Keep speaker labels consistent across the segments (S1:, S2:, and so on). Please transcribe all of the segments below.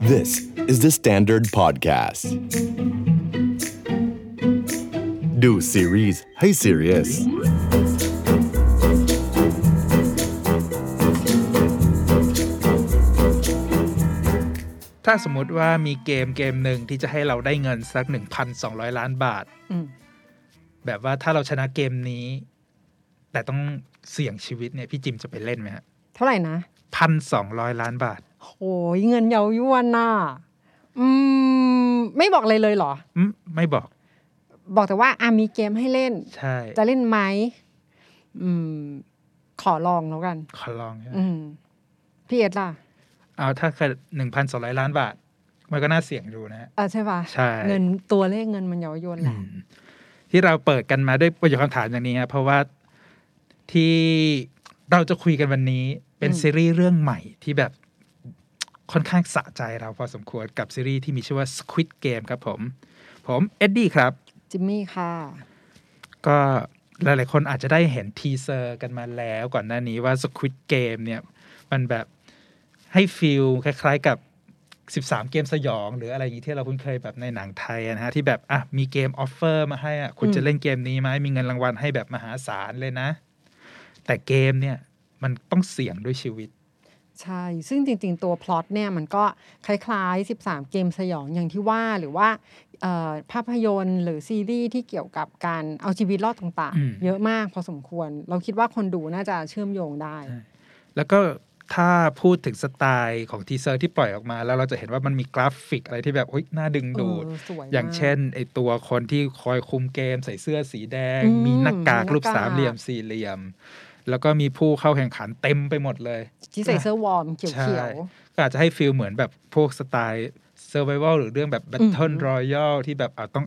S1: This is the Standard Podcast ดูซีรีส์ให้ serious
S2: ถ้าสมมติว่ามีเกมเกมหนึ่งที่จะให้เราได้เงินสักหนึ่งพันสองร้อยล้านบาท
S3: อืม
S2: แบบว่าถ้าเราชนะเกมนี้ แต่ต้องเสี่ยงชีวิตเนี่ยพี่จิมจะไปเล่นไหมฮะ
S3: เท่าไหร่นะ
S2: พันสองร้อยล้านบาท
S3: โหยเงินเยาวยวนน่ะอืม ไม่บอกเลยเลยเหรอ
S2: อืมไม่บอก
S3: บอกแต่ว่าอามีเกมให้เล่น
S2: ใช่
S3: จะเล่นไหมอืม ขอลองแล้วกัน
S2: ขอลองนะ
S3: อืม พี่เอ็ดล่ะ
S2: เอาถ้าหนึ่งพันสองร้อยล้านบาท มันก็น่าเสี่ยงดูนะฮะ
S3: อ่ะใช่ปะ
S2: ใช่
S3: เงินตัวเลขเงินมันเยาวยวนแหละ
S2: ที่เราเปิดกันมาด้วยประโยคคำถามอย่างนี้ฮะเพราะว่าที่เราจะคุยกันวันนี้เป็นซีรีส์เรื่องใหม่ที่แบบค่อนข้างสะใจเราพอสมควรกับซีรีส์ที่มีชื่อว่า Squid Game ครับผม ผมเอ็ดดี้ครับ
S3: จิมมี่ค่ะ
S2: ก็หลาย ๆ คนอาจจะได้เห็นทีเซอร์กันมาแล้วก่อนหน้านี้ว่า Squid Game เนี่ย มันแบบให้ฟิลคล้าย ๆ กับ 13 เกมสยอง หรืออะไรอย่างนี้ที่เราคุ้นเคยแบบในหนังไทยอะนะฮะ ที่แบบอ่ะมีเกมออฟเฟอร์มาให้อ่ะคุณ
S3: อืม
S2: จะเล่นเกมนี้ไหมมีเงินรางวัลให้แบบมหาศาลเลยนะ แต่เกมเนี่ย มันต้องเสี่ยงด้วยชีวิต
S3: ใช่ ซึ่งจริง ๆ ตัวพล็อตเนี่ยมันก็คล้ายๆ 13 เกมสยองอย่างที่ว่าหรือว่าเอ่อภาพยนตร์หรือซีรีส์ที่เกี่ยวกับการเอาชีวิตรอดต่าง
S2: อืม
S3: ๆ เยอะมากพอสมควร เราคิดว่าคนดูน่าจะเชื่อมโยงได้
S2: แล้วก็ถ้าพูดถึงสไตล์ของทีเซอร์ที่ปล่อยออกมา แล้วเราจะเห็นว่ามันมีกราฟิกอะไรที่แบบโอ๊ยน่าดึงดูด
S3: เออสวยมก
S2: อย่างเช่นไอตัวคนที่คอยคุมเกมใส่เสื้อสีแดง
S3: อืม
S2: มีหน้ากาก
S3: มีหน้ากาก
S2: รูปสามเหลี่ยมสี่เหลี่ยม แล้วก็มีผู้เข้าแข่งขันเต็มไปหมดเลย
S3: ที่ใส่เสื้อวอร์มเขี
S2: ใช่
S3: ยว
S2: ก็อาจจะให้ฟีลเหมือนแบบพวกสไตล์เซอร์ไ a เวลหรือเรื่องแบบ Battle
S3: อืม
S2: Royale ที่แบบเอาต้อง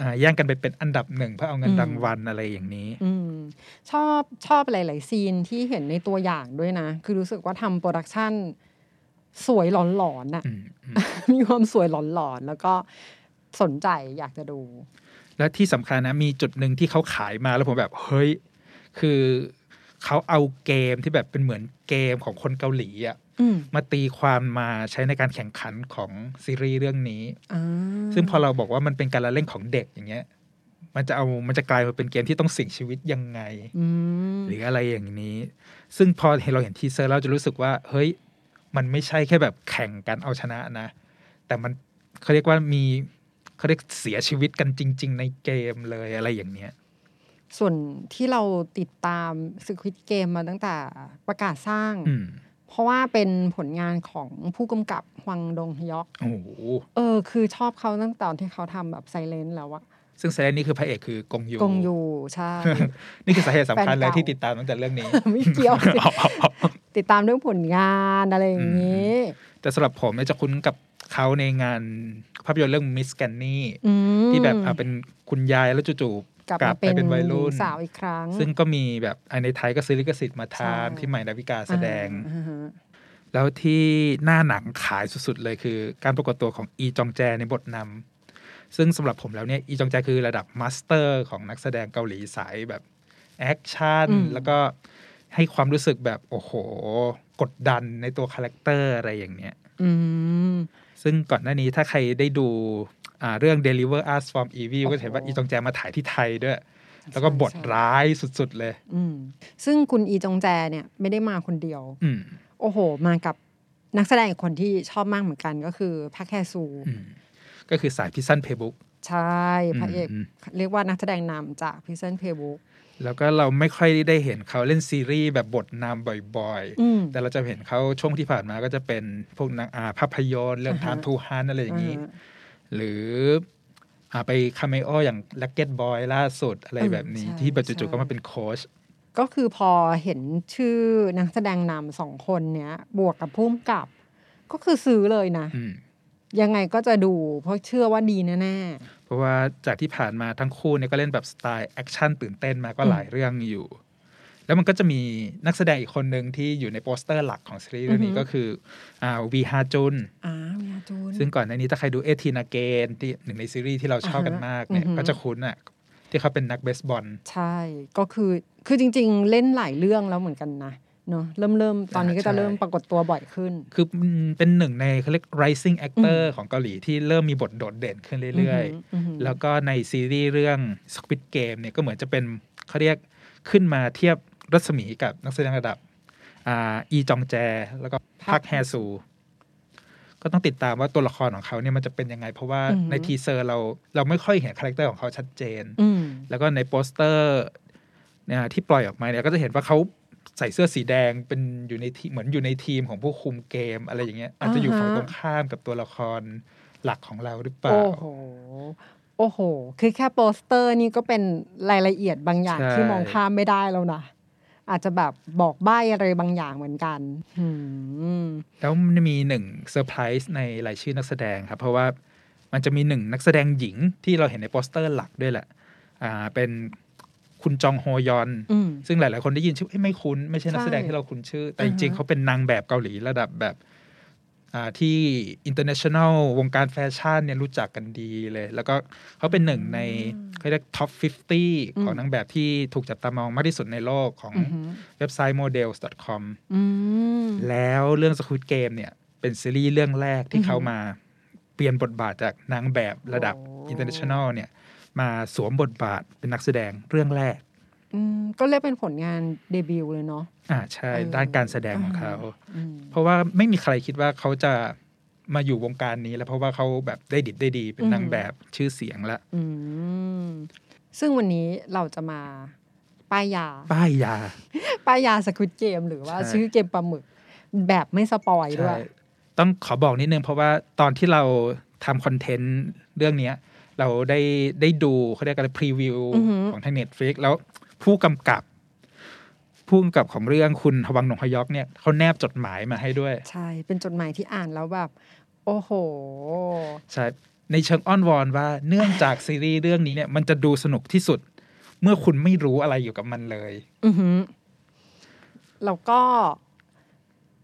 S2: อ่าแย่งกันไปเป็นอันดับหนึ่งเพื่อเอาเงิน
S3: อืม
S2: รางวัลอะไรอย่างนี้
S3: ๆอืมชอบชอบหลาย ๆ ซีนที่เห็นในตัวอย่างด้วยนะ คือรู้สึกว่าทำโปรดักชันสวยหลอน ๆน่ะ
S2: อืมอืม
S3: มีความสวยหลอนๆ แล้วก็สนใจอยากจะดู
S2: แล้วที่สำคัญนะมีจุดหนึ่งที่เขาขายมาแล้วผมแบบเฮ้ย คือเขาเอาเกมที่แบบเป็นเหมือนเกมของคนเกาหลีอะ
S3: อืม
S2: มาตีความมาใช้ในการแข่งขันของซีรีส์เรื่องนี้
S3: อ่า
S2: ซึ่งพอเราบอกว่ามันเป็นการละเล่นของเด็กอย่างเงี้ย มันจะเอามันจะกลายมาเป็นเกมที่ต้องเสิ่ยงชีวิตยังไง
S3: อืม
S2: หรืออะไรอย่างนี้ ซึ่งพอเห็นเราเห็นทีเซอร์เราจะรู้สึกว่า เฮ้ย มันไม่ใช่แค่แบบแข่งกันเอาชนะนะ แต่มันเขาเรียกว่ามีเขาเรียกเสียชีวิตกันจริง ๆ ในเกมเลยอะไรอย่างเนี้ย
S3: ส่วนที่เราติดตามสควิตเกมมาตั้งแต่ประกาศสร้าง
S2: อืม
S3: เพราะว่าเป็นผลงานของผู้กำกับฮวังดงฮยอก
S2: โอ้โห
S3: เออ คือชอบเขาตั้งแต่ตอนที่เขาทำแบบไซเลนแล้วอะ
S2: ซึ่งแสดงนี่คือพระเอกคือกงยู
S3: กงยูใช่
S2: นี่คือสาเหตุสำคัญ
S3: แฟน
S2: เล
S3: เก่า
S2: ยที่ติดตามตั้งแต่เรื่องนี้
S3: ไม่เกี่ยว สิติดตามเรื่องผลงานอะไรอย่างนี้
S2: แต่สำหรับผมเนี่ยจะคุ้นกับเขาในงานภาพยนตร์เรื่องมิสแกนนี่
S3: อืม
S2: ที่แบบอ่ะเป็นคุณยายแล้วจู่ๆ
S3: กลับมา
S2: ไป
S3: เป็น
S2: เป็นวัย
S3: หญิ
S2: รุ่
S3: ง
S2: น
S3: สาวอีกครั้ง
S2: ซึ่งก็มีแบบอ่ะในไทยก็ซื้อลิขสิทธิ์มาทาม
S3: ใช่
S2: ที่ใหม่ดาวิกาแสดง
S3: อ่าฮะ
S2: แล้วที่หน้าหนังขายสุดๆเลยคือ การปรากฏตัวของอีจองแจในบทนำซึ่งสำหรับผมแล้วเนี่ยอีจองแจคือระดับมาสเตอร์ของนักแสดงเกาหลีสายแบบแอคชั่นแล้วก็ให้ความรู้สึกแบบโอ้โห กดดันในตัวคาแรคเตอร์อะไรอย่างเนี้ย
S3: อืม
S2: ซึ่งก่อนหน้านี้ถ้าใครได้ดูอ่าเรื่อง Deliver Us from Evil
S3: โอ้โห
S2: ก็จะเห็นว่าอีจองแจมาถ่ายที่ไทยด้วย แล้วก็บท
S3: ใช่
S2: ร้ายสุดๆเลย
S3: อืม ซึ่งคุณอีจงแจเนี่ยไม่ได้มาคนเดียว
S2: อืม
S3: โอ้โห มากับนักแสดงอีกคนที่ชอบมากเหมือนกันก็คือพักแคซู
S2: อืมก็คือสายพิซซันเพย์บุ๊ก
S3: ใช่พระเอก
S2: อืม
S3: เรียกว่านักแสดงนำจากพิซเซนเพย์บุ๊ก
S2: แล้วก็เราไม่ค่อยได้เห็นเขาเล่นซีรีส์แบบบทนำบ่อยๆ แต่เราจะเห็นเขาช่วงที่ผ่านมาก็จะเป็นพวกนางอาภาพยนตร์เรื่อง Time to Hunt อะไรอย่างนี้ หรืออ่าไปคาเมโออย่าง l u c k e t Boy ล่าสุดอะไรแบบนี้ ที่ปัจจุๆก็มาเป็นโค้ช
S3: ก็คือพอเห็นชื่อนักแสดงนำสองคนเนี้ย บวกกับพุ่มกับ ก็คือซื้อเลยนะ
S2: อืม
S3: ยังไงก็จะดู เพราะเชื่อว่าดีแน่
S2: เพราะว่าจากที่ผ่านมาทั้งคู่เนี่ยก็เล่นแบบสไตล์แอคชั่นตื่นเต้นมาก็หลายเรื่องอยู่ แล้วมันก็จะมีนักแสดงอีกคนหนึ่งที่อยู่ในโปสเตอร์หลักของซีรีส์เรื่องนี้
S3: อือฮึ
S2: ก็คืออ่าวีฮาจุน
S3: ๆอ่าเมียจูน
S2: ซึ่งก่อนหน้านี้ถ้าใครดูเอทีนาเกนที่หนึ่งในซีรีส์ที่เราชอบกันมากเนี่ย
S3: อือฮึ
S2: ก็จะคุ้นอ่ะที่เขาเป็นนักเบสบอล
S3: ใช่ ก็คือ คือจริง ๆ เล่นหลายเรื่องแล้วเหมือนกันนะ เนอะเริ่มเริ่มตอนนี้ก็
S2: ใช่
S3: จะเริ่มปรากฏตัวบ่อยขึ้น
S2: คือเป็นหนึ่งในเขาเรียก rising actor ของเกาหลีที่เริ่มมีบทโดดเด่นขึ้นเรื่อย
S3: อือหืออือหือ
S2: ๆ แล้วก็ในซีรีส์เรื่อง Squid Game เนี่ยก็เหมือนจะเป็นเขาเรียกขึ้นมาเทียบรัศมีกับนักแสดงระดับอ่าอีจองแจ แล้วก็พักแฮซู ก็ต้องติดตามว่าตัวละครของเขาเนี่ยมันจะเป็นยังไง เพราะว่า
S3: อือหือ
S2: ในทีเซอร์เราเราไม่ค่อยเห็นคาแรคเตอร์ของเขาชัดเจน
S3: อืม
S2: แล้วก็ในโปสเตอร์เนี่ยที่ปล่อยออกมาเนี่ยก็จะเห็นว่าเขาใส่เสื้อสีแดงเป็นอยู่ในทีเหมือนอยู่ในทีมของผู้คุมเกมอะไรอย่างเงี้ยอาจจะอยู่
S3: อ่าฮะ
S2: ฝั่งตรงข้ามกับตัวละครหลักของเราหรือเปล่า
S3: โอ้โห โอ้โห คือแค่โปสเตอร์นี่ก็เป็นรายละเอียดบางอย่าง
S2: ใช่
S3: ที่มองข้ามไม่ได้แล้วนะ อาจจะแบบบอกใบ้อะไรบางอย่างเหมือนกันอืม
S2: แล้วมันมีหนึ่งเซอร์ไพรส์ในรายชื่อนักแสดงครับ เพราะว่ามันจะมีหนึ่งนักแสดงหญิงที่เราเห็นในโปสเตอร์หลักด้วยแหละอ่าเป็นคุณจองโฮยอน
S3: อืม
S2: ซึ่งหลาย ๆ คนได้ยินชื่อเอ้ยไม่คุ้น ไม่ใช่นักแสดง
S3: ใช่
S2: ที่เราคุ้นชื่อ แต่
S3: อื
S2: จ
S3: อฮะ
S2: ริง ๆ เขาเป็นนางแบบเกาหลีระดับแบบอ่าที่ international วงการแฟชั่นเนี่ยรู้จักกันดีเลย แล้วก็เขาเป็นหนึ่งในเขาเรียก top 50 ของนางแบบที่ถูกจับตามองมากที่สุดในโลกของ
S3: อือหือ
S2: เว็บไซต์ models.com
S3: อืม
S2: แล้วเรื่อง Squid Game เนี่ย เป็นซีรีส์เรื่องแรกที่เขามาเปลี่ยนบทบาทจากนางแบบระดับ
S3: โอ้
S2: international เนี่ยมาสวมบทบาทเป็นนักแสดงเรื่องแรก
S3: อืมก็เรียกเป็นผลงานเดบิวต์เลยเนาะ
S2: อ่าใช่
S3: เออ
S2: ด้านการแสดงของเขา
S3: อืม
S2: เพราะว่าไม่มีใครคิดว่าเขาจะมาอยู่วงการนี้แล้วเพราะว่าเขาแบบได้ดิบได้ดีเป็น
S3: อืม
S2: นางแบบชื่อเสียงและ
S3: อืม ซึ่งวันนี้เราจะมาป้ายยา
S2: ป้ายยา
S3: ป้ายยาสควิตเกมหรือว่า
S2: ใช่
S3: ชื่อเกมปลาหมึก แบบไม่สปอยด้ว
S2: ใช่
S3: ย
S2: ต้องขอบอกนิดนึง เพราะว่าตอนที่เราทำคอนเทนต์เรื่องเนี้ย เราได้ได้ดูเขาเรียกอะไรพรีวิว
S3: อือหือ
S2: ของทาง Netflix แล้วผู้กำกับ ผู้กำกับของเรื่องคุณฮวังนงฮยอกเนี่ยเขาแนบจดหมายมาให้ด้วย
S3: ใช่ เป็นจดหมายที่อ่านแล้วแบบ โอ้โห
S2: ใช่ ในเชิงอ้อนวอนว่าเนื่องจากซีรีส์เรื่องนี้เนี่ย มันจะดูสนุกที่สุด เมื่อคุณไม่รู้อะไรอยู่ยวกับมันเลย
S3: อือหือแล้วก็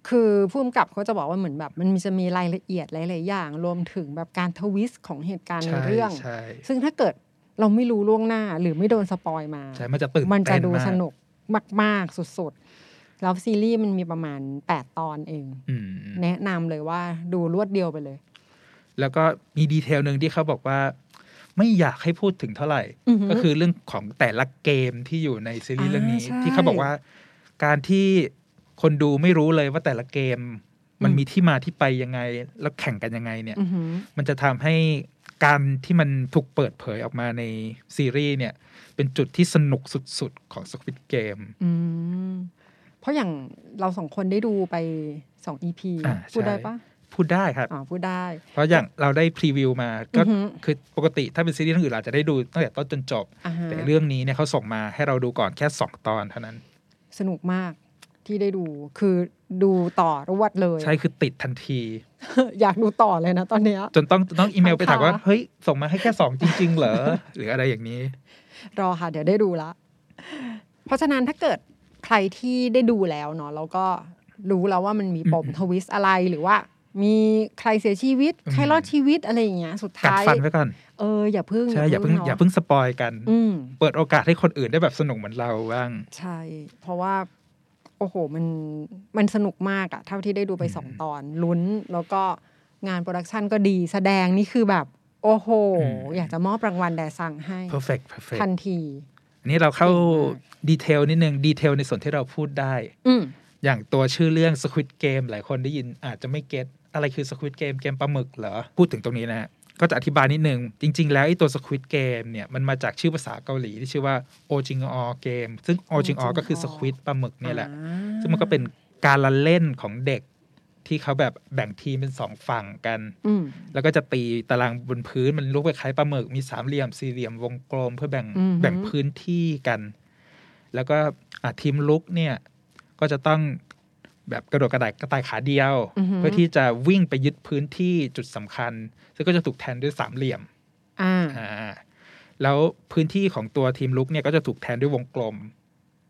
S3: คือผู้กำกับเขาจะบอกว่าเหมือนแบบ มันจะมีรายละเอียดหลายๆอย่าง รวมถึงแบบการทวิสต์ของเหตุการณ์ใน
S2: ใช่
S3: เรื่อง
S2: ใช่
S3: ซึ่งถ้าเกิดเราไม่รู้ล่วงหน้า หรือไม่โดนสปอยมา
S2: ใช่มันจะตื่น
S3: มันจะ
S2: เต้น
S3: ดู
S2: มาก
S3: สนุกมาก ๆ สุด ๆ แล้วซีรีส์มันมีประมาณ 8 ตอนเอง
S2: อืม
S3: แนะนำเลยว่าดูรวดเดียวไปเลย
S2: แล้วก็มีดีเทลหนึ่งที่เขาบอกว่า ไม่อยากให้พูดถึงเท่าไหร่
S3: อือหือ
S2: ก็คือเรื่องของแต่ละเกมที่อยู่ในซีรีส์เรื่องนี้
S3: อ่าใช่
S2: ที่เขาบอกว่า การที่คนดูไม่รู้เลยว่าแต่ละเกม มัน
S3: อืม
S2: มีที่มาที่ไปยังไง แล้วแข่งกันยังไงเนี่ย
S3: อือหือ
S2: มันจะทำให้การที่มันถูกเปิดเผยออกมาในซีรีส์เนี่ย เป็นจุดที่สนุกสุดๆ ของ Squid Game
S3: อืม เพราะอย่างเราสองคนได้ดูไปสองอีพี
S2: อ่า
S3: พูด
S2: ใช่
S3: ได้ปะ
S2: พูดได้ครับ
S3: อ๋อพูดได้
S2: เพราะอย่างเราได้พรีวิวมาก็
S3: อือฮึ
S2: คือปกติถ้าเป็นซีรีส์เรื่องอื่นเราจะได้ดูตั้งแต่ต้นจนจบ
S3: อ่าฮะ
S2: แต่เรื่องนี้เนี่ยเขาส่งมาให้เราดูก่อนแค่ 2 ตอนเท่านั้น
S3: สนุกมากที่ได้ดูคือดูต่อรวดเลย
S2: ใช่ คือติดทันที
S3: อยากดูต่อเลยนะตอนเนี้ย
S2: จนต้องต้องอีเมลไปถามว่า
S3: ค่ะ
S2: เฮ้ย ส่งมาให้แค่ 2 จริง ๆ เหรอ หรืออะไรอย่างนี้
S3: รอค่ะ เดี๋ยวได้ดูละ เพราะฉะนั้นถ้าเกิดใครที่ได้ดูแล้วเนาะแล้วก็รู้แล้วว่ามันมีปมทวิสต์อะไรหรือว่า มีใครเสียชีวิต ใครรอดชีวิตอะไรอย่างเงี้ยสุด
S2: กัด
S3: ท้าย
S2: ฟันไว้ก่อน
S3: เอออย่าพึ่ง
S2: ใช่อย่าเพิ่ง
S3: นะ
S2: อย่าเพิ่งสปอยกัน
S3: อืม
S2: เปิดโอกาสให้คนอื่นได้แบบสนุกเหมือนเราบ้าง
S3: ใช่ เพราะว่า โอ้โห มัน มันสนุกมากอะเท่าที่ได้ดูไปสองตอน ลุ้น แล้วก็งานโปรดักชันก็ดี แสดงนี่คือแบบ โอ้โห
S2: อืม
S3: อยากจะมอบรางวัลแด่สั่งให้
S2: perfect perfect
S3: ทันที
S2: อันนี้เราเข้า
S3: เก่งมาก
S2: ดีเทลนิดนึงดีเทลในส่วนที่เราพูดได้
S3: อืม
S2: อย่างตัวชื่อเรื่อง Squid Game หลายคนได้ยินอาจจะไม่เก็ตอะไรคือ Squid Game เกมปลาหมึกเหรอ พูดถึงตรงนี้นะฮะก็จะอธิบายนิดนึง จริง ๆ แล้วไอ้ตัว Squid Game เนี่ย มันมาจากชื่อภาษาเกาหลีที่ชื่อว่า o j i n g o Game ซึ่ง o j i n g o ก็คือ Squid ปลาหมึกเนี่ยแหละ
S3: อ่า
S2: ซึ่งมันก็เป็นการละเล่นของเด็ก ที่เขาแบบแบ่งทีมเป็นสองฝั่งกัน
S3: อืม
S2: แล้วก็จะตีตารางบนพื้นมันรูปคล้ายๆปลาหมึกมีสามเหลี่ยมสี่เหลี่ยมวงกลม เพื่อแบ่ง
S3: อือฮึ
S2: แบ่งพื้นที่กัน แล้วก็อ่ะทีมลุกเนี่ยก็จะต้องแบบกระโดดกระต่ายกระต่ายขาเดียว เพื่อที่จะวิ่งไปยึดพื้นที่จุดสำคัญ ซึ่งก็จะถูกแทนด้วยสามเหลี่ยม
S3: อ่า
S2: อ่าแล้วพื้นที่ของตัวทีมลุกเนี่ยก็จะถูกแทนด้วยวงกลม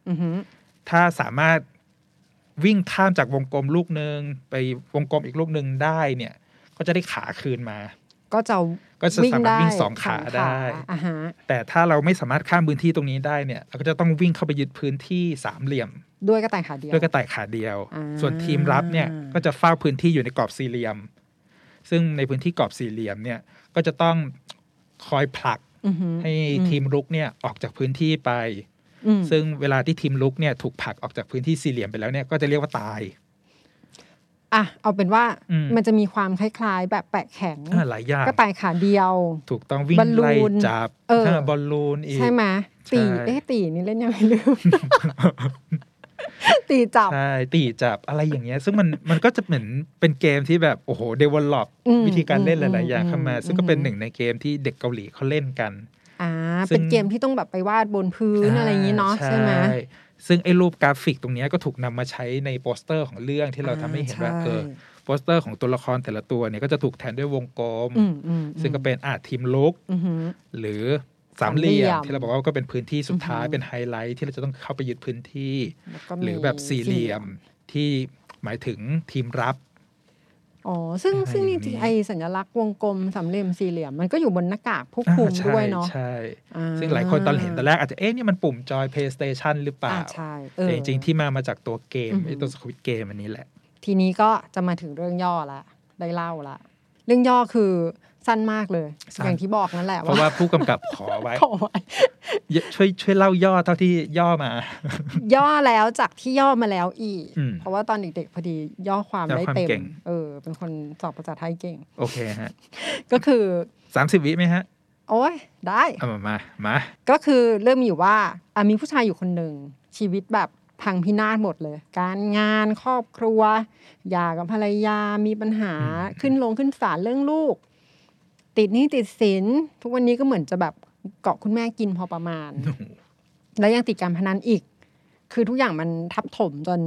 S3: อือหือ
S2: ถ้าสามารถวิ่งข้ามจากวงกลมลูกหนึ่งไปวงกลมอีกลูกหนึ่งได้เนี่ยก็จะได้ขาคืนมา
S3: ก็จะ
S2: ก็จะสามารถวิ่งสองขาได้
S3: อ่าฮะ
S2: แต่ถ้าเราไม่สามารถข้ามพื้นที่ตรงนี้ได้เนี่ย เราก็จะต้องวิ่งเข้าไปยึดพื้นที่สามเหลี่ยม
S3: ด้วยกระต่ายขาเดียว
S2: ด้วยกระต่ายขาเดียว
S3: อ่า
S2: ส่วนทีมรับเนี่ยก็จะเฝ้าพื้นที่อยู่ในกรอบสี่เหลี่ยม ซึ่งในพื้นที่กรอบสี่เหลี่ยมเนี่ยก็จะต้องคอยผลัก
S3: อือหือ
S2: ให้ทีมรุกเนี่ยออกจากพื้นที่ไป
S3: อืม
S2: ซึ่งเวลาที่ทีมลุกเนี่ยถูกผลักออกจากพื้นที่สี่เหลี่ยมไปแล้วเนี่ยก็จะเรียกว่าตาย
S3: อ่ะเอาเป็นว่า
S2: อืม
S3: มันจะมีความคล้ายๆ แบบแปะแข็ง
S2: อ่าหลายอย่าง
S3: กระต่ายขาเดียว
S2: ถูกต้องวิ่ง
S3: บอลลูน
S2: ไล่จับ
S3: เออ
S2: ถ้าบอลลูนอีก
S3: ใช่ไหมตี
S2: ใช่
S3: เอ๊ะตีนี่เล่นยังไงลื ม ตีจับ
S2: ใช่ตีจับอะไรอย่างเงี้ย ซึ่งมันมันก็จะเหมือนเป็นเกมที่แบบโอ้โหเดเวลลอป
S3: อืม
S2: วิธีการเล่น
S3: อื
S2: ห
S3: ม
S2: ลายๆอย่างเข้ามา
S3: อืม
S2: ซึ่งก็เป็น
S3: อืม
S2: หนึ่งในเกมที่เด็กเกาหลีเขาเล่นกัน
S3: อ่า
S2: ซึ่ง
S3: เป็นเกมที่ต้องแบบไปวาดบนพื้นอะไรอย่างนี้เนาะใช่ไหม
S2: ซึ่งไอ้รูปกราฟิกตรงเนี้ยก็ถูกนำมาใช้ในโปสเตอร์ของเรื่องที่เราทำให้เห็นว่า
S3: อ่าใช่
S2: เออโปสเตอร์ของตัวละครแต่ละตัวเนี่ยก็จะถูกแทนด้วยวงกลม
S3: อืมอืม
S2: ซึ่งก็เป็นอาทีมลุก
S3: อือหือ
S2: หรือสามเหลี่ยม
S3: สามเหลี่ยม
S2: ที่เราบอกว่าก็เป็นพื้นที่สุดท้าย
S3: อือหือ
S2: เป็นไฮไลท์ที่เราจะต้องเข้าไปยึดพื้นที่
S3: แล้วก็มี
S2: หรือแบบสี่เหลี่ยมที่หมายถึงทีมรับ
S3: อ๋อ ซึ่ง
S2: อะไร
S3: ซึ่ง
S2: อ
S3: จ
S2: ย่าง
S3: ริง
S2: นี้
S3: ๆไอสัญลักษณ์วงกลมสามเหลี่ยมสี่เหลี่ยม มันก็อยู่บนหน้ากากผู้คุม
S2: อ่าใช่
S3: ด้วยเนาะ
S2: ใช่
S3: อ่
S2: ซึ่งหลายคนตอนเห็นตอนแรกอาจจะเอ๊ะนี่มันปุ่มจอย PlayStation หรือเปล่า
S3: อ่ใช่เออ
S2: แต่จริงๆที่มามาจากตัวเกม
S3: อือหือ
S2: ไอ้ตัวสควิตเกมอันนี้แหละ
S3: ทีนี้ก็จะมาถึงเรื่องย่อละ ได้เล่าละ เรื่องย่อคือสั้นมากเลย
S2: สั้น
S3: อย่างที่บอกนั่นแหละ
S2: เพ
S3: ว่า
S2: ราะว่าผู้กำกับขอ ไว้
S3: ขอไว้
S2: เยอะช่วยช่วยเล่าย่อเท่าที่ย่อมา
S3: ย่อแล้วจากที่ย่อมาแล้วอีก
S2: อืม
S3: เพราะว่าตอนเด็กๆพอดีย่อความ
S2: ย่อ
S3: ได้
S2: ความ
S3: เต็ม
S2: เก่ง
S3: เออ เป็นคนสอบภาษาไทยเก่ง
S2: โอเคฮะ
S3: ก็คือ
S2: สามสิบวิไหมฮะ
S3: โอ้ยได้
S2: เอามามามา
S3: ก็คือเรื่องมีอยู่ว่าอ่ะมีผู้ชายอยู่คนหนึ่ง ชีวิตแบบพังพินาศหมดเลย การงานครอบครัวหย่ากับภรรยามีปัญหาขึ้นลงขึ้นศาลเรื่องลูก ติดหนี้ติดสิน ทุกวันนี้ก็เหมือนจะแบบเกาะคุณแม่กินพอประมา ณ
S2: โอ้โห
S3: แล้วยังติดการพนันอีก คือทุกอย่างมันทับถมจน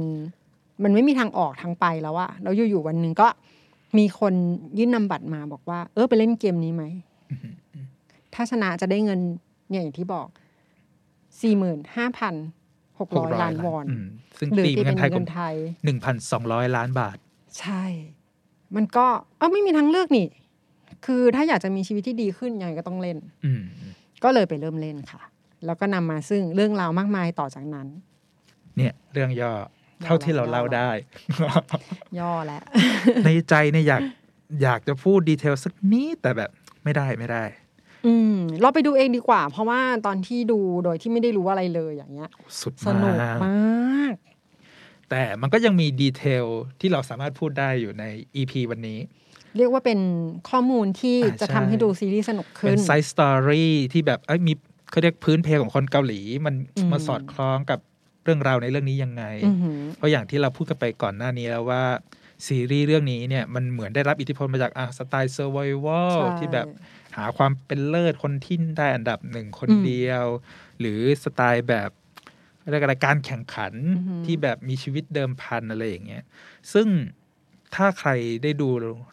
S3: มันไม่มีทางออกทางไปแล้วอะแล้วอยู่ๆวันหนึ่งก็มีคนยื่นนำบัตรมาบอกว่า เออไปเล่นเกมนี้ไหม ถ้าชนะจะได้เงินเนี่ยอย่างที่บอกสี่หมื่นห้าพันหกร้อยล้านวอน
S2: มซึ่ง
S3: หรือ
S2: ตี
S3: ตี
S2: เป็นเงิน
S3: เป็น
S2: ไทยก็
S3: เงินไทย
S2: หนึ่งพันสองร้อยล้านบาท
S3: ใช่ มันก็เออไม่มีทางเลือกนี่ คือถ้าอยากจะมีชีวิตที่ดีขึ้นยังไงก็ต้องเล่น
S2: อืม
S3: ก็เลยไปเริ่มเล่นค่ะ แล้วก็นำมาซึ่งเรื่องราวมากมายต่อจากนั้น
S2: เนี่ยเรื่องย่อเท่าที่เราเล่าได้
S3: ย่อแล้ว
S2: ในใจเนี่ยอยากอยากจะพูดดีเทลสักนิดแต่แบบไม่ได้ไม่ได้
S3: อืมเราไปดูเองดีกว่า เพราะว่าตอนที่ดูโดยที่ไม่ได้รู้อะไรเลยอย่างเงี้ย
S2: สุด
S3: สนุก
S2: มาก
S3: มาก
S2: แต่มันก็ยังมีดีเทลที่เราสามารถพูดได้อยู่ใน EP วันนี้
S3: เรียกว่าเป็นข้อมูลที่
S2: อ่า
S3: จะ
S2: ใช่
S3: ทำให้ดูซีรีส์สนุก
S2: เป็
S3: ขึ้น
S2: นไซส์สตอรี่ที่แบบเอ้ยมีเขาเรียกพื้นเพของคนเกาหลี มัน
S3: อืม
S2: มาสอดคล้องกับเรื่องราวในเรื่องนี้ยังไง
S3: อือหือ
S2: เพราะอย่างที่เราพูดกันไปก่อนหน้านี้แล้วว่า ซีรีส์เรื่องนี้เนี่ยมันเหมือนได้รับอิทธิพลมาจากอ่ะสไตล์เซอร์ไววล
S3: ใช่
S2: ที่แบบหาความเป็นเลิศคนที่ได้อันดับหนึ่งคนเดียว หรือสไตล์แบบเรียกอะไรการแข่งขัน
S3: อือหือ
S2: ที่แบบมีชีวิตเดิมพันอะไรอย่างเงี้ยซึ่งถ้าใครได้ดู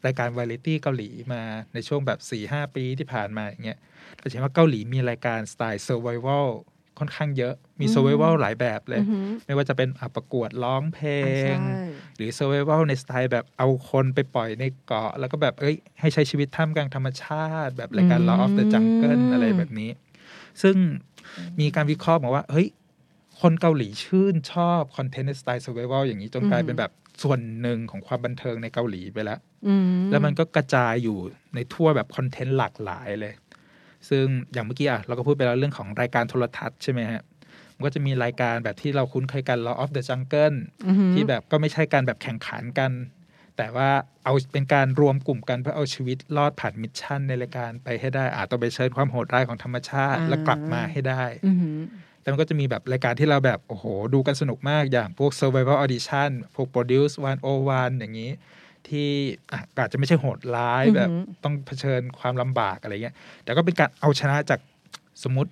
S2: รายการวาไรตี้เกาหลีมาในช่วงแบบ4ี่หปีที่ผ่านมาอย่างเงี้ยเราจะเห็นว่าเกาหลีมีรายการสไตล์เซอร์ไววลค่อนข้างเยอะมีเซอร์ไววลหลายแบบเลย
S3: อือหือ
S2: ไม่ว่าจะเป็นอ่ะประกวดร้องเพล
S3: อ่าง ใช่
S2: หรือ Survival ในสไตล์แบบเอาคนไปปล่อยในเกาะ แล้วก็แบบเอ้ยให้ใช้ชีวิตท่ามกลางธรรมชาติ แบบรายการ Law of the
S3: อืม
S2: Jungle อะไรแบบนี้ ซึ่งมีการวิเคราะห์มาว่า เฮ้ย คนเกาหลีชื่นชอบคอนเทนต์ในสไตล์ Survival อย่างนี้จนกลายเป็นแบบส่วนหนึ่งของความบันเทิงในเกาหลีไปแล้ว
S3: อื
S2: แล้วมันก็กระจายอยู่ในทั่วแบบคอนเทนต์หลากหลายเลย ซึ่งอย่างเมื่อกี้อ่ะเราก็พูดไปแล้วเรื่องของรายการโทรทัศน์ใช่ไหมฮะ มันก็จะมีรายการแบบที่เราคุ้นเคยกัน Law of the Jungle
S3: อือหือ
S2: ที่แบบก็ไม่ใช่การแบบแข่งขันกัน แต่ว่าเอาเป็นการรวมกลุ่มกันเพื่อเอาชีวิตรอดผ่านมิชชั่นในรายการไปให้ได้อาจต้องไปเชิญความโหดร้ายของธรรมชาติ แล้วกลับมาให้ได้
S3: อือหือ
S2: แต่มันก็จะมีแบบรายการที่เราแบบ โอ้โห ดูกันสนุกมากอย่างพวก Survival Audition พวก Produce 101 อย่างนี้ ที่อ่ะอาจจะไม่ใช่โหดร้าย
S3: อือหือ
S2: แบบต้องเผชิญความลำบากอะไรเงี้ย แต่ก็เป็นการเอาชนะจากสมมติ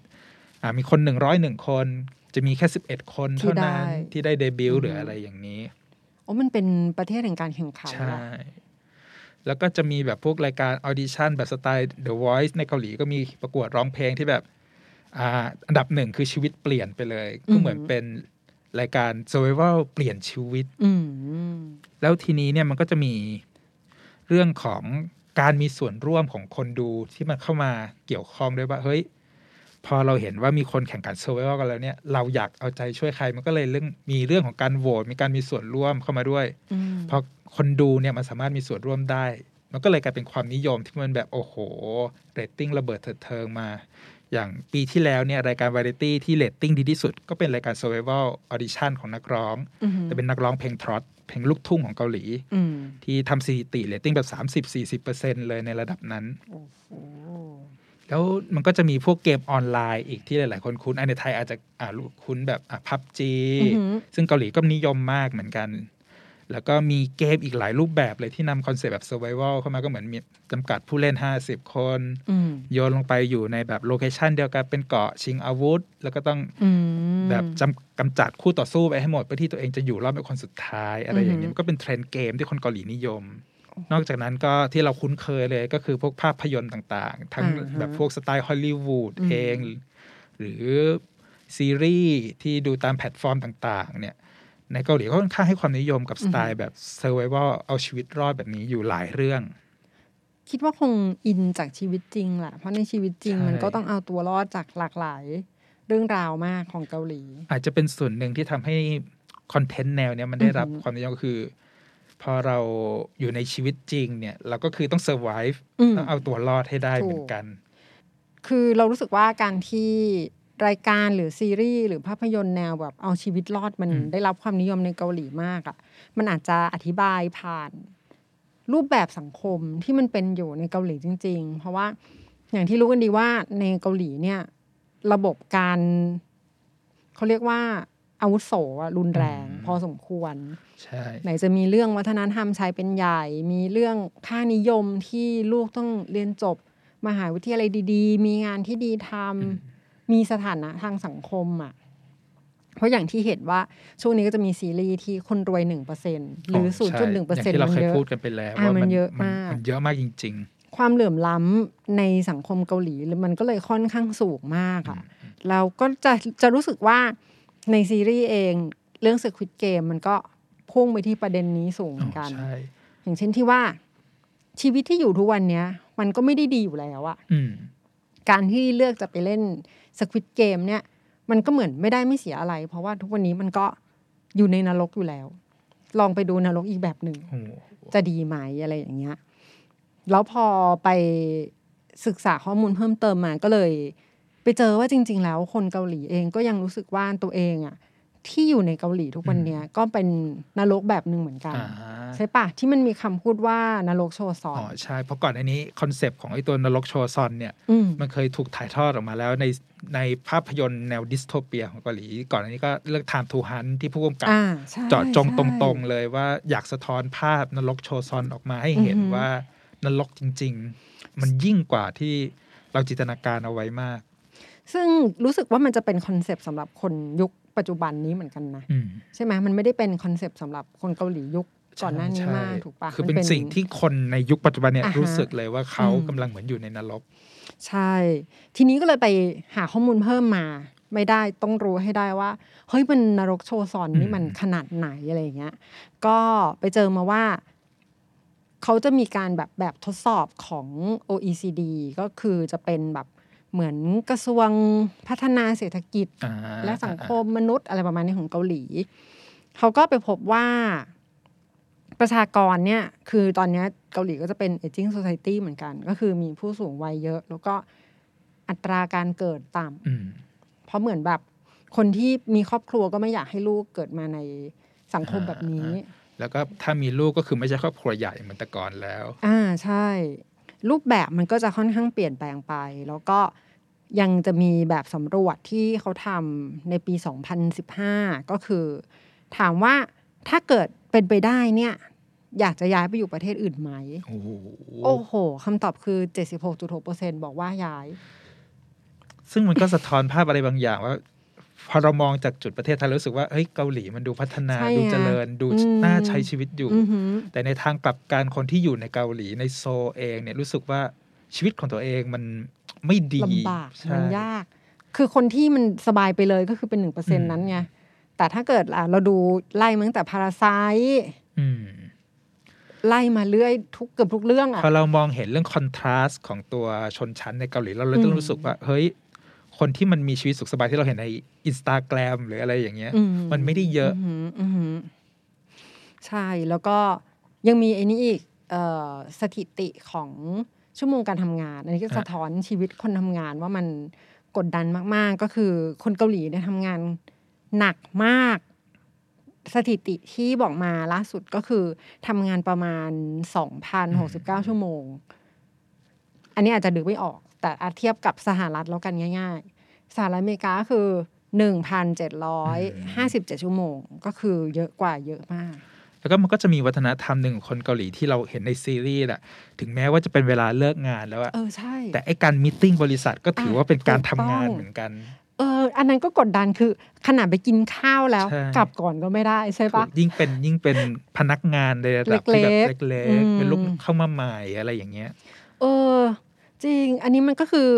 S2: อ่ะมีคน 101 คน จะมีแค่ 11 คนเท่านั้นที่ได้เดบิวต์หรืออะไรอย่างนี้
S3: โอ้มันเป็นประเทศแห่งการแข่งขัน
S2: ใช่
S3: ละ
S2: แล้วก็จะมีแบบพวกรายการออดิชั่นแบบสไตล์ The Voice ในเกาหลีก็มีประกวดร้องเพลงที่แบบอ่าอันดับหนึ่งคือชีวิตเปลี่ยนไปเลย ก็เหมือนเป็นรายการ Survival เปลี่ยนชีวิต
S3: อืม
S2: แล้วทีนี้เนี่ยมันก็จะมีเรื่องของการมีส่วนร่วมของคนดูที่มันเข้ามาเกี่ยวข้องด้วยว่า เฮ้ย พอเราเห็นว่ามีคนแข่งขันเซอร์ไวกันแล้วเนี่ยเราอยากเอาใจช่วยใครมันก็เลยเรื่องมีเรื่องของการโหวตมีการมีส่วนร่วมเข้ามาด้วย
S3: อืม
S2: พอคนดูเนี่ยมันสามารถมีส่วนร่วมได้ มันก็เลยกลายเป็นความนิยมที่มันแบบโอ้โห เรตติ้งระเบิดเถิดเทิงมา อย่างปีที่แล้วเนี่ยรายการวาไรตี้ที่เรตติ้งดีที่สุด ก็เป็นรายการ Survival Audition ของนักร้อง
S3: อืม
S2: แต่เป็นนักร้องเพลงทรอตเพลงลูกทุ่งของเกาหลี
S3: อืม
S2: ที่ทำสถิติเรตติ้งแบบ 30-40%เลยในระดับนั้น
S3: โอ้
S2: แล้วมันก็จะมีพวกเกมออนไลน์อีกที่หลาย ๆ คนคุ้นอันในไทยอาจจะอ่ารู้คุ้นแบบอ่ะพับจี
S3: อือหือ
S2: ซึ่งเกาหลีก็นิยมมากเหมือนกัน แล้วก็มีเกมอีกหลายรูปแบบเลยที่นำคอนเซปต์แบบ Survival เข้ามาก็เหมือนมีจำกัดผู้เล่น 50 คน
S3: อืม
S2: โยนลงไปอยู่ในแบบโลเคชันเดียวกันเป็นเกาะชิงอาวุธ แล้วก็ต้อง
S3: อืม
S2: แบบจำกำจัดคู่ต่อสู้ไปให้หมดเพื่อที่ตัวเองจะอยู่รอดเป็นคนสุดท้ายอะไรอย่างนี้
S3: อือ
S2: มั
S3: หือ
S2: นก็เป็นเทรนด์เกมที่คนเกาหลีนิยม นอกจากนั้นก็ที่เราคุ้นเคยเลยก็คือพวกภาพยนตร์ต่างๆ ทั้ง
S3: อ่าฮะ
S2: แบบพวกสไตล์ฮอลลีวูด
S3: อืม
S2: เอง หรือซีรีส์ที่ดูตามแพลตฟอร์มต่างๆเนี่ยในเกาหลีก็ค่อนข้างให้ความนิยมกับสไตล์แบบเซอร์ไวเเอาชีวิตรอดแบบนี้อยู่หลายเรื่อง
S3: คิดว่าคงอินจากชีวิตจริงแหละ เพราะในชีวิตจริง
S2: ใช่
S3: มันก็ต้องเอาตัวรอดจากหลากหลาย เรื่องราวมากของเกาหลี
S2: อาจจะเป็นส่วนหนึ่งที่ทำให้คอนเทนต์แนวเนี้ยมันได้รับ
S3: อือหือ
S2: ความนิยมก็คือ พอเราอยู่ในชีวิตจริงเนี่ยเราก็คือต้องเซอร์ไว
S3: อืม
S2: ต้องเอาตัวรอดให้ได้
S3: ถูก
S2: เหมือนกัน
S3: คือเรารู้สึกว่าการที่รายการหรือซีรีส์หรือภาพยนตร์แนวแบบเอาชีวิตรอดมัน
S2: อืม
S3: ได้รับความนิยมในเกาหลีมากอะ่ะ มันอาจจะอธิบายผ่าน รูปแบบสังคมที่มันเป็นอยู่ในเกาหลีจริง ๆ เพราะว่าอย่างที่รู้กันดีว่าในเกาหลีเนี่ย ระบบการเขาเรียกว่าอาวุโสอะรุนแรง พอสมควร
S2: ใช่
S3: ไหนจะมีเรื่องวัฒนธรรมชายเป็นใหญ่ มีเรื่องค่านิยมที่ลูกต้องเรียนจบ มหาวิทยาลัยดีๆ มีงานที่ดีท
S2: อืม
S3: ำมีสถานะทางสังคมอ่ะ เพราะอย่างที่เห็นว่าช่วงนี้ก็จะมีซีรีส์ที่คนรวยหนึ่งเปอร์เซ็นหรือศูนย์จุดหนึ่งเปอร์เซ็น
S2: ย่างที่เรา
S3: มัน
S2: เคย
S3: เยอะ
S2: พูดกันไปแล้ว
S3: อ่ะ
S2: ว่ามัน
S3: มันเยอะมาก
S2: นเยอะมากจริง
S3: ความเหลื่อมล้ำในสังคมเกาหลีมันก็เลยค่อนข้างสูงมากอะเราก็จะจะรู้สึกว่าในซีรีส์เองเรื่อง Squid Game มันก็พุ่งไปที่ประเด็นนี้สูง
S2: ๆ
S3: เหมือนกัน
S2: ใช่
S3: อย่างเช่นที่ว่าชีวิตที่อยู่ทุกวันเนี้ย มันก็ไม่ได้ดีอยู่แล้วอะ
S2: อืม
S3: การที่เลือกจะไปเล่นสควิตเกมเนี่ย มันก็เหมือนไม่ได้ไม่เสียอะไร เพราะว่าทุกวันนี้มันก็อยู่ในนรกอยู่แล้ว ลองไปดูนรกอีกแบบหนึ่ง
S2: โอ้โห
S3: จะดีไหมอะไรอย่างเงี้ย แล้วพอไปศึกษาข้อมูลเพิ่มเติมมาก็เลย ไปเจอว่าจริง ๆ แล้วคนเกาหลีเองก็ยังรู้สึกว่าตัวเองอะที่อยู่ในเกาหลีทุกวันเนี้ยก็เป็นนรกแบบหนึ่งเหมือนกัน
S2: อ่า
S3: ใช่ปะที่มันมีคำพูดว่านรกโชว์ซอ
S2: อ๋
S3: น
S2: อใช่ เพราะก่อนอันนี้คอนเซปต์ของไอ้ตัวนรกโชซอนเนี่ย
S3: อืม
S2: มันเคยถูกถ่ายทอดออกมาแล้วในในภาพยนตร์แนวดิสโทเปียของเกาหลี ก่อนอันนี้ก็เรื่อง Time to Hunt ที่ผู้กำกับ
S3: อ่าใช่
S2: เจาะจงต
S3: ใช่
S2: รงๆเลยว่าอยากสะท้อนภาพนรกโชซอนออกมาให้เห็น
S3: อือหือ
S2: ว่านรกจริง ๆ มันยิ่งกว่าที่เราจินตนาการเอาไว้มาก
S3: ซึ่งรู้สึกว่ามันจะเป็นคอนเซปต์สำหรับคนยุคปัจจุบันนี้เหมือนกันนะ
S2: อืม
S3: ใช่ไหมมันไม่ได้เป็นคอนเซปต์สำหรับคนเกาหลียุคก่อนหน้านี้
S2: ใช่
S3: มากถูกปะ
S2: คือ
S3: มั
S2: เป็นสิ่งที่คนในยุคปัจจุบันเนี่ย
S3: อ่าฮะ
S2: รู้สึกเลยว่าเขา
S3: อืม
S2: กำลังเหมือนอยู่ในนรก
S3: ใช่ ทีนี้ก็เลยไปหาข้อมูลเพิ่มมา ไม่ได้ต้องรู้ให้ได้ว่า เฮ้ยมันนรกโชว์ซอนนี่
S2: อืม
S3: มันขนาดไหนอะไรอย่างเงี้ย ก็ไปเจอมาว่า เขาจะมีการแบบแบบทดสอบของ OECD ก็คือจะเป็นแบบเหมือนกระทรวงพัฒนาเศรษฐกิจ
S2: อ่า
S3: และสังคมมนุษย์อะไรประมาณนี้ของเกาหลี เขาก็ไปพบว่าประชากรเนี่ย คือตอนเนี้ยเกาหลีก็จะเป็น aging society เหมือนกัน ก็คือมีผู้สูงวัยเยอะ แล้วก็อัตราการเกิดต่
S2: อืม
S3: ำเพราะเหมือนแบบคนที่มีครอบครัวก็ไม่อยากให้ลูกเกิดมาในสังคมแบบนี้
S2: อ่า แล้วก็ถ้ามีลูกก็คือไม่ใช่ครอบครัวใหญ่เหมือนแต่ก่อนแล้ว
S3: อ่าใช่ รูปแบบมันก็จะค่อนข้างเปลี่ยนแปลงไป แล้วก็ยังจะมีแบบสำรวจที่เขาทำในปี 2015 ก็คือ ถามว่าถ้าเกิดเป็นไปได้เนี่ย อยากจะย้ายไปอยู่ประเทศอื่นไหม
S2: โอ้โห
S3: โอ้โหคำตอบคือ 76.6%บอกว่าย้าย
S2: ซึ่งมันก็สะท้อนภาพอะไรบางอย่างว่า พอเรามองจากจุดประเทศไทยเรารู้สึกว่าเฮ้ยเกาหลีมันดูพัฒนา
S3: ใช่
S2: ดู
S3: ไง
S2: เจริญดู
S3: อืม
S2: น่าใช้ชีวิตอยู่
S3: อือหือ
S2: แต่ในทางกลับกันคนที่อยู่ในเกาหลีในโซลเองเนี่ยรู้สึกว่าชีวิตของตัวเองมันไม่ดี
S3: ลำบาก
S2: ใช่
S3: มันยาก คือคนที่มันสบายไปเลยก็คือเป็นหนึ่งเปอร์เซ็น
S2: ม
S3: นั้นไงแต่ถ้าเกิดอ่ะเราดูไล่มาตั้งแต่พาราไซ
S2: อืม
S3: ไล่มาเรื่อยทุกเกือบทุกเรื่องอ่ะ
S2: พอเรามองเห็นเรื่องคอนทราสต์ของตัวชนชั้นในเกาหลีเราเลยต้อง
S3: อืม
S2: รู้สึกว่า เฮ้ย คนที่มันมีชีวิตสุขสบายที่เราเห็นในอินสตาแกรมหรืออะไรอย่างเงี้ย
S3: อื
S2: มันไม่ได้เยอะ
S3: หืออือหือใช่แล้วก็ยังมีไอ้นี้อีกเอ่อสถิติของชั่วโมงการทำงาน อันนี้ก็
S2: อ่ะ
S3: สะท้อนชีวิตคนทำงานว่ามันกดดันมาก ๆ ก็คือคนเกาหลีเนี่ยทำงานหนักมาก สถิติที่บอกมาล่าสุดก็คือทำงานประมาณ 2,069 ชั่วโมง อันนี้อาจจะดึกไม่ออก แต่อาจเทียบกับสหรัฐแล้วกันง่าย ๆ สหรัฐอเมริกาคือ 1,757 ชั่วโมง ก็คือเยอะกว่าเยอะมาก
S2: แล้วก็มันก็จะมีวัฒนธรรมหนึ่งของคนเกาหลีที่เราเห็นในซีรีส์แหละถึงแม้ว่าจะเป็นเวลาเลิกงานแล้วอะ
S3: เออ ใช่
S2: แต่ไอการมีตติ้งบริษัทก็ถือว่าเป็นการทำงาน
S3: ถูกต้อง
S2: เหมือนกัน
S3: เออ อันนั้นก็กดดันคือขนาดไปกินข้าวแล้ว
S2: ใช่
S3: กลับก่อนก็ไม่ได้ใช่ปะ
S2: ยิ่งเป็นยิ่งเป็นพนักงานในระดับที่แบบ
S3: เล็กๆ
S2: เล็
S3: อื
S2: ก
S3: ม
S2: ๆ เป็นลูกเข้ามาใหม่อะไรอย่างเงี้ย
S3: เออ จริง อันนี้มันก็คือ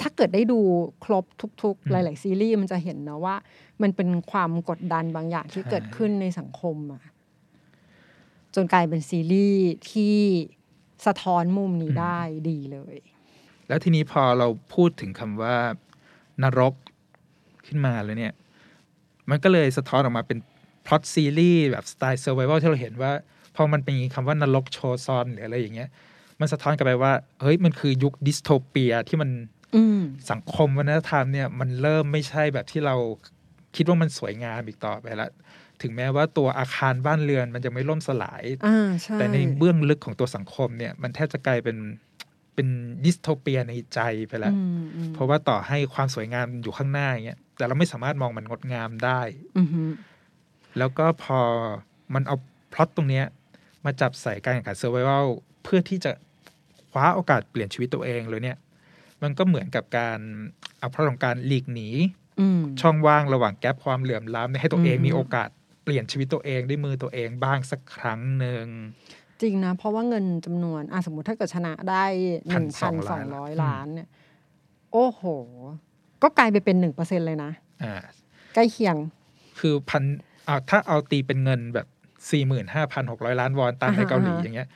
S3: ถ้าเกิดได้ดูครบทุก
S2: อื
S3: ๆ
S2: ม
S3: หลาย ๆ ซีรีส์มันจะเห็นนะว่า มันเป็นความกดดันบางอย่างที่
S2: ใช่
S3: เกิดขึ้นในสังคมอ่ะจนกลายเป็นซีรีส์ที่สะท้อนมุมนี้ได้ดีเลย
S2: แล้วทีนี้พอเราพูดถึงคำว่านรกขึ้นมาแล้วเนี่ย มันก็เลยสะท้อนออกมาเป็นพล็อตซีรีส์แบบสไตล์เซอร์ไวเวลที่เราเห็นว่า พอมันเป็นคำว่านรกโชว์ซอนหรืออะไรอย่างเงี้ย มันสะท้อนกลับไปว่า เฮ้ยมันคือยุคดิสโทเปียที่มัน
S3: อืม
S2: สังคมวัฒนธรรมเนี่ย มันเริ่มไม่ใช่แบบที่เราคิดว่ามันสวยงามอีกต่อไปละถึงแม้ว่าตัวอาคารบ้านเรือนมันจะไม่ล่มสลาย
S3: อ่า ใช่
S2: แต่ในเบื้องลึกของตัวสังคมเนี่ย มันแทบจะกลายเป็นเป็นดิสโทเปียในใจไปแล้ว
S3: อืมอืม
S2: เพราะว่าต่อให้ความสวยงามอยู่ข้างหน้าอย่างเงี้ยแต่เราไม่สามารถมองมันงดงามได้
S3: อือหือ
S2: แล้วก็พอมันเอาพล็อตตรงเนี้ยมาจับใส่การแข่งขันเซอร์ไวลเพื่อที่จะคว้าโอกาสเปลี่ยนชีวิตตัวเองเลยเนี่ย มันก็เหมือนกับการเอาพล็อตของการหลีกหนี
S3: อืม
S2: ช่องว่างระหว่างแกลบความเหลื่อมล้ำเนี่ยให้ตัวเอง
S3: อืม
S2: มีโอกาสเปลี่ยนชีวิตตัวเองด้วยมือตัวเองบ้างสักครั้งหนึ่ง
S3: จริงนะ เพราะว่าเงินจำนวนอ่ะสมมติถ้าเกิดชนะได้หนึ่งพันสองร้อย
S2: 1,200
S3: ล้านเนี่ย โอ้โห ก็กลายไปเป็นหนึ่งเปอร์เซ็นเลยนะ
S2: อ่า
S3: ใกล้เคียง
S2: คือพันอ่าถ้าเอาตีเป็นเงินแบบสี่หมื่นห้าพันหกร้อยล้านวอนตามใน
S3: อ่าฮะ
S2: เกาหลี
S3: อ่าฮะ
S2: อย่างเงี้ย